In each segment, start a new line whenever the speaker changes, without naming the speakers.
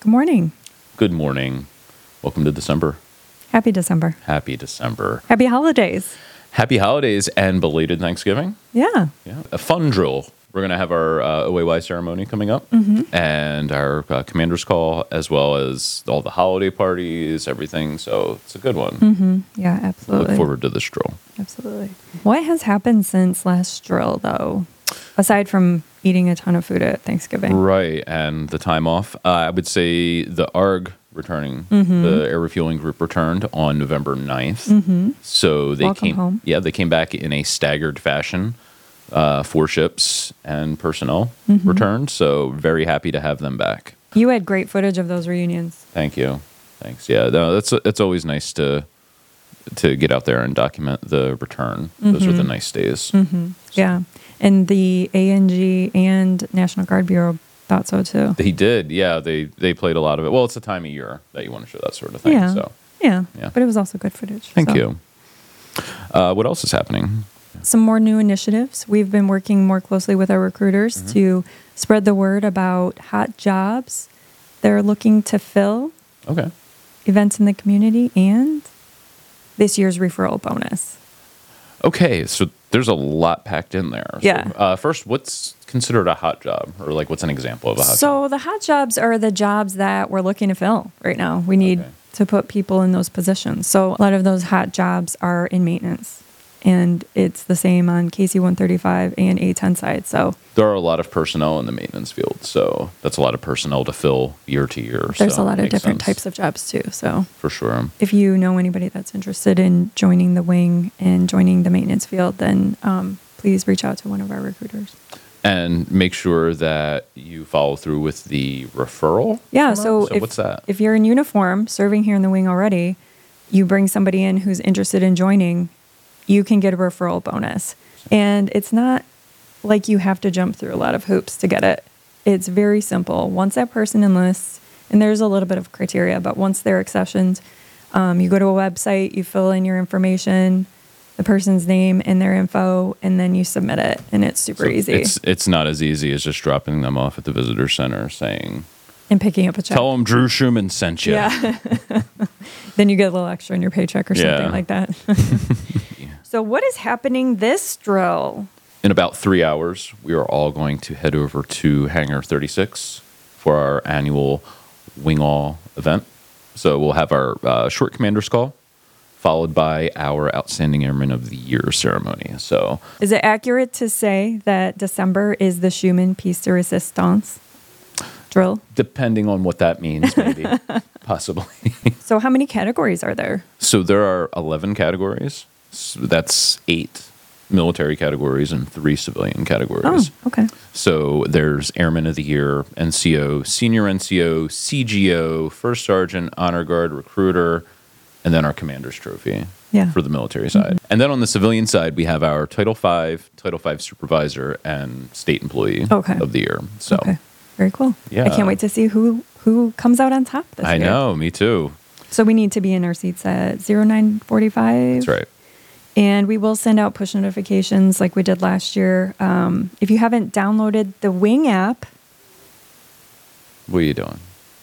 Good morning.
Good morning. Welcome to December.
Happy December.
Happy December.
Happy holidays.
Happy holidays and belated Thanksgiving.
Yeah.
Yeah. A fun drill. We're going to have our uh, OAY ceremony coming up and our uh, commander's call, as well as all the holiday parties, everything. So it's a good one.
Yeah, absolutely.
Look forward to this drill.
Absolutely. What has happened since last drill, though? Aside from eating a ton of food at Thanksgiving.
Right, and the time off. Uh, I would say the ARG returning,
Mm-hmm.
the air refueling group returned on November 9th. So they
Mm-hmm. Welcome
came,
home.
yeah, they came back in a staggered fashion. Uh, four ships and personnel
Mm-hmm.
returned, so very happy to have them back.
You had great footage of those reunions.
Thank you, thanks. Yeah, no, that's it's always nice to to get out there and document the return. Those are
Mm-hmm.
the nice days.
Yeah. And the ANG and National Guard Bureau thought so too.
He did, yeah. They they played a lot of it. Well, it's the time of year that you want to show that sort of thing.
yeah.
So
yeah.
Yeah.
But it was also good footage.
Thank
so.
you. Uh, what else is happening?
some more new initiatives. We've been working more closely with our recruiters
Mm-hmm.
to spread the word about hot jobs they're looking to fill,
Okay.
events in the community, and this year's referral bonus.
Okay, so there's a lot packed in there. So,
Yeah.
uh, first, what's considered a hot job, or like what's an example of a hot job?
So the hot jobs are the jobs that we're looking to fill right now. We need
Okay.
to put people in those positions. So a lot of those hot jobs are in maintenance. And it's the same on KC 135 and A10 side. So
There are a lot of personnel in the maintenance field, so that's a lot of personnel to fill year to year.
there's a lot of different types of jobs too. So
for sure.
if you know anybody that's interested in joining the wing and joining the maintenance field, then um, please reach out to one of our recruiters.
And make sure that you follow through with the referral.
Yeah.
form?
So, if,
what's that?
If you're in uniform serving here in the wing already, you bring somebody in who's interested in joining, you can get a referral bonus. And it's not like you have to jump through a lot of hoops to get it. It's very simple. Once that person enlists, and there's a little bit of criteria, but once they're accessioned, um, you go to a website, you fill in your information, the person's name and their info, and then you submit it. And it's super
So
easy.
It's it's not as easy as just dropping them off at the visitor center saying,
and picking up a check.
"Tell them Drew Schumann sent you."
Yeah. then you get a little extra in your paycheck or something
Yeah.
like that. So, what is happening this drill?
In about three hours, we are all going to head over to Hangar 36 for our annual Wing All event. So we'll have our uh, short commander's call, followed by our Outstanding Airman of the Year ceremony. So
Is it accurate to say that December is the Schumann piece de resistance drill?
depending on what that means, maybe, possibly.
So, how many categories are there?
So there are 11 categories. So that's eight military categories and three civilian categories.
Oh, okay.
So there's Airman of the Year, NCO, Senior NCO, CGO, First Sergeant, Honor Guard, Recruiter, and then our Commander's Trophy
Yeah. Mm-hmm.
for the military side. And then on the civilian side, we have our Title Five, Title Five Supervisor, and State Employee
Okay.
of the Year. So
Okay. Very cool. I
Yeah.
can't wait to see who who comes out on top this
I
year.
know, me too.
So, we need to be in our seats at 0945.
That's right.
And we will send out push notifications like we did last year. Um, if you haven't downloaded the Wing app,
What are you doing?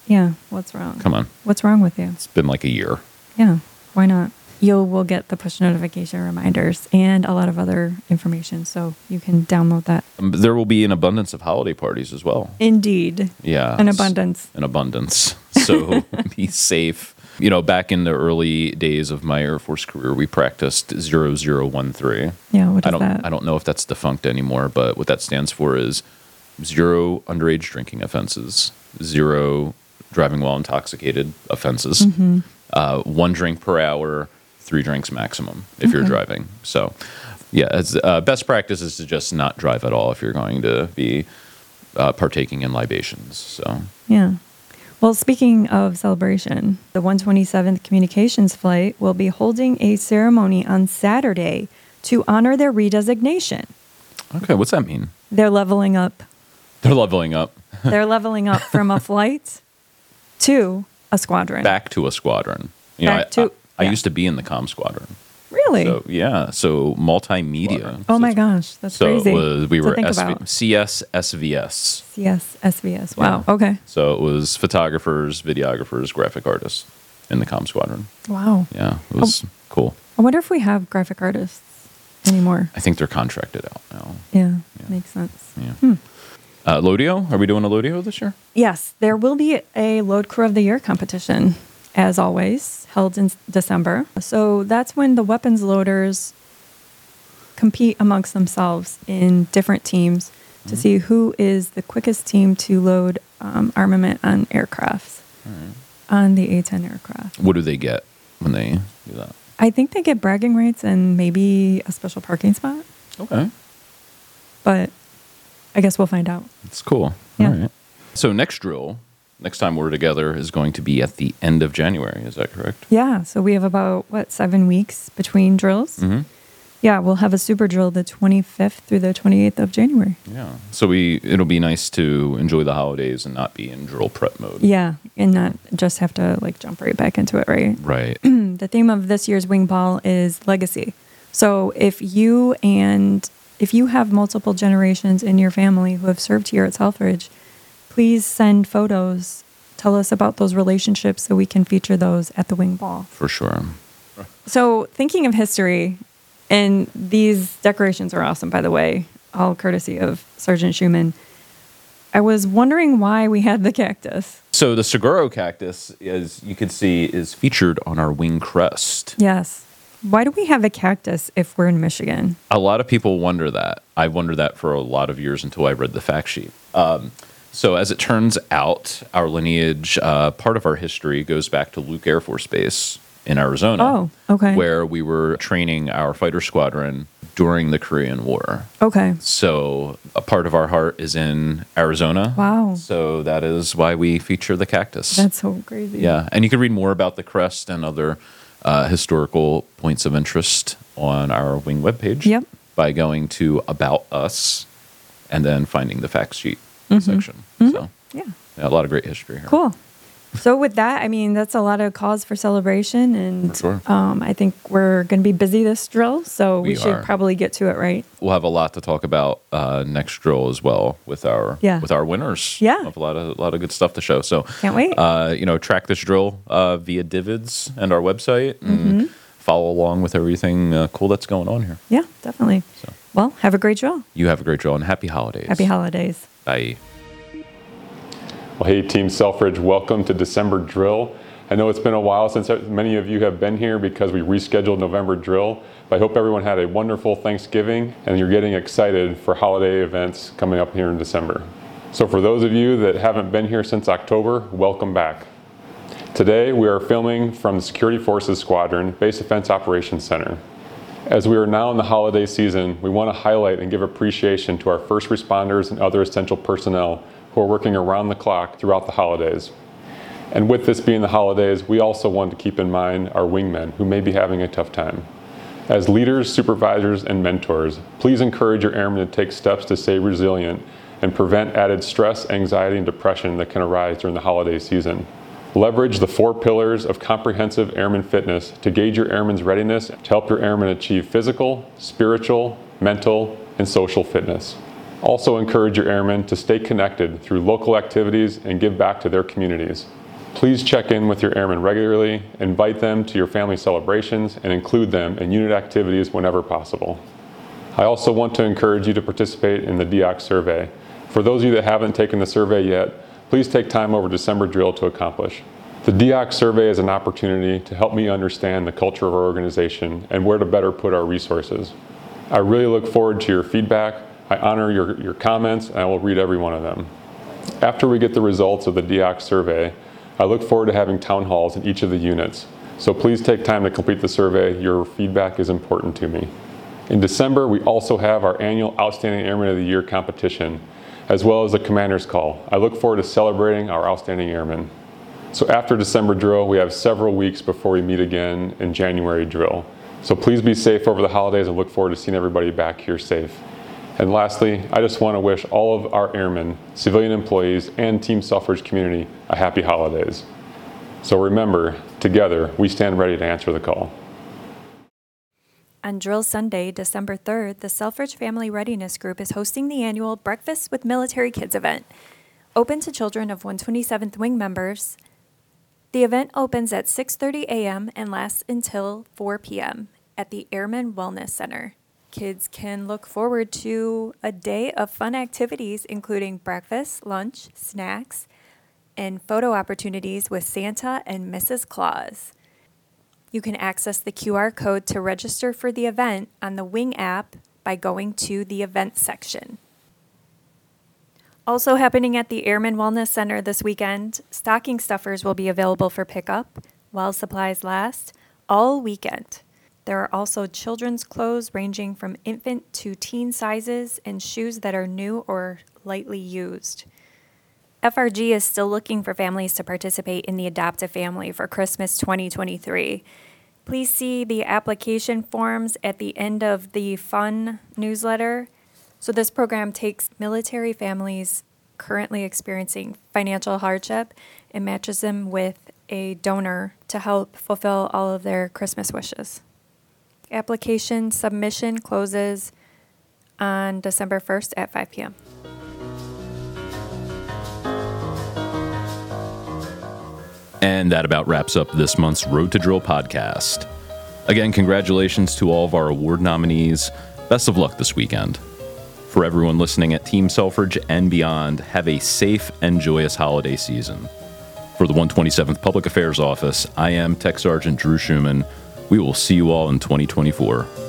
yeah, what's wrong?
Come on.
What's wrong with you?
It's been like a year.
Yeah, why not? You will get the push notification reminders and a lot of other information. So you can download that.
Um, There will be an abundance of holiday parties as well.
Indeed.
Yeah.
An
s-
abundance.
An abundance. So be safe. You know, back in the early days of my Air Force career, we practiced 0013.
Yeah, what is
I don't
that?
I don't know if that's defunct anymore, but what that stands for is zero underage drinking offenses, zero driving while intoxicated offenses,
Mm-hmm.
uh, one drink per hour, three drinks maximum if you're driving. So, yeah, as, uh, best practice is to just not drive at all if you're going to be uh, partaking in libations. So,
Yeah. Well, speaking of celebration, the 127th Communications Flight will be holding a ceremony on Saturday to honor their redesignation.
okay, what's that mean?
They're leveling up
They're leveling up
They're leveling up from a flight to a squadron.
back to a squadron. You know,
Back
I,
to-
I, I
yeah.
used to be in the com squadron.
Really?
So yeah, so multimedia.
oh my gosh, that's
So
crazy.
it was, we
to
were
think
SV,
about.
CS SVS.
Yes, SVS. Wow.
Yeah.
Okay.
So it was photographers, videographers, graphic artists in the com squadron.
Wow.
Yeah, it
Oh.
was cool.
I wonder if we have graphic artists anymore.
I think they're contracted out now.
Yeah,
Yeah.
makes sense.
Yeah. Uh, Lodio, are we doing a Lodio this year?
Yes, there will be a Load Crew of the Year competition, as always, held in December. So that's when the weapons loaders compete amongst themselves in different teams
Mm-hmm.
to see who is the quickest team to load um, armament on aircrafts, on the A 10 aircraft.
What do they get when they do that?
I think they get bragging rights and maybe a special parking spot,
Okay,
but I guess we'll find out.
it's cool.
Yeah.
All right. So next drill, next time we're together, is going to be at the end of January. Is that correct?
Yeah, so we have about, what, seven weeks between drills?
Mm-hmm.
Yeah, we'll have a super drill the 25th through the 28th of January.
Yeah. So we it'll be nice to enjoy the holidays and not be in drill prep mode.
Yeah, and not just have to like jump right back into it, right?
Right.
The theme of this year's wing ball is legacy. So if you and if you have multiple generations in your family who have served here at Selfridge, please send photos. Tell us about those relationships so we can feature those at the wing ball.
For sure.
So, thinking of history, and these decorations are awesome, by the way, all courtesy of Sergeant Schumann. I was wondering why we had the cactus.
So the Seguro cactus, as you can see, is featured on our wing crest.
Yes. Why do we have a cactus if we're in Michigan?
A lot of people wonder that. I wondered that for a lot of years until I read the fact sheet. Um, so as it turns out, our lineage, uh, part of our history, goes back to Luke Air Force Base in Arizona.
Oh, okay.
Where we were training our fighter squadron during the Korean War.
Okay.
So a part of our heart is in Arizona.
Wow.
So that is why we feature the cactus.
That's so crazy.
yeah, and you can read more about the crest and other uh, historical points of interest on our wing webpage.
Yep.
By going to about us, and then finding the fact sheet section. So
Yeah.
yeah, a lot of great history here.
Mm-hmm. Cool. So, with that, I mean, that's a lot of cause for celebration. And
For sure.
um, I think we're going to be busy this drill. So, we,
We
should
are.
probably get to it, right?
We'll have a lot to talk about uh, next drill as well with our
Yeah.
with our winners.
Yeah.
Of a lot of a lot of good stuff to show. So
Can't wait.
uh, you know, track this drill uh, via Divids and our website
Mm-hmm.
and follow along with everything uh, cool that's going on here.
Yeah, definitely.
So.
Well, have a great drill.
You have a great drill and happy holidays.
Happy holidays.
Bye.
Well, hey, Team Selfridge, welcome to December Drill. I know it's been a while since many of you have been here because we rescheduled November Drill. But I hope everyone had a wonderful Thanksgiving and you're getting excited for holiday events coming up here in December. So, for those of you that haven't been here since October, welcome back. Today, we are filming from the Security Forces Squadron Base Defense Operations Center. As we are now in the holiday season, we want to highlight and give appreciation to our first responders and other essential personnel who are working around the clock throughout the holidays. And with this being the holidays, we also want to keep in mind our wingmen who may be having a tough time. As leaders, supervisors, and mentors, please encourage your airmen to take steps to stay resilient and prevent added stress, anxiety, and depression that can arise during the holiday season. Leverage the four pillars of comprehensive airman fitness to gauge your airman's readiness to help your airmen achieve physical, spiritual, mental, and social fitness. Also, encourage your airmen to stay connected through local activities and give back to their communities. Please check in with your airmen regularly, invite them to your family celebrations, and include them in unit activities whenever possible. I also want to encourage you to participate in the DOC survey. For those of you that haven't taken the survey yet, please take time over December drill to accomplish. The DOC survey is an opportunity to help me understand the culture of our organization and where to better put our resources. I really look forward to your feedback. I honor your, your comments and I will read every one of them. After we get the results of the DOC survey, I look forward to having town halls in each of the units. So please take time to complete the survey. Your feedback is important to me. In December, we also have our annual Outstanding Airman of the Year competition, as well as the Commander's Call. I look forward to celebrating our Outstanding Airmen. So after December drill, we have several weeks before we meet again in January drill. So please be safe over the holidays and look forward to seeing everybody back here safe. And lastly, I just want to wish all of our airmen, civilian employees, and Team Suffrage community a happy holidays. So remember, together, we stand ready to answer the call.
On Drill Sunday, December 3rd, the Selfridge Family Readiness Group is hosting the annual Breakfast with Military Kids event, open to children of 127th Wing members. The event opens at 6:30 a.m. and lasts until 4 p.m. at the Airman Wellness Center. Kids can look forward to a day of fun activities including breakfast, lunch, snacks, and photo opportunities with Santa and Mrs. Claus. You can access the QR code to register for the event on the Wing app by going to the event section. Also happening at the Airman Wellness Center this weekend, stocking stuffers will be available for pickup while supplies last all weekend. There are also children's clothes ranging from infant to teen sizes and shoes that are new or lightly used. FRG is still looking for families to participate in the Adopt a Family for Christmas 2023. Please see the application forms at the end of the fun newsletter. So, this program takes military families currently experiencing financial hardship and matches them with a donor to help fulfill all of their Christmas wishes. Application submission closes on December 1st at 5 p.m.
And that about wraps up this month's Road to Drill podcast. Again, congratulations to all of our award nominees. Best of luck this weekend. For everyone listening at Team Selfridge and beyond, have a safe and joyous holiday season. For the 127th Public Affairs Office, I am Tech Sergeant Drew Schumann. We will see you all in 2024.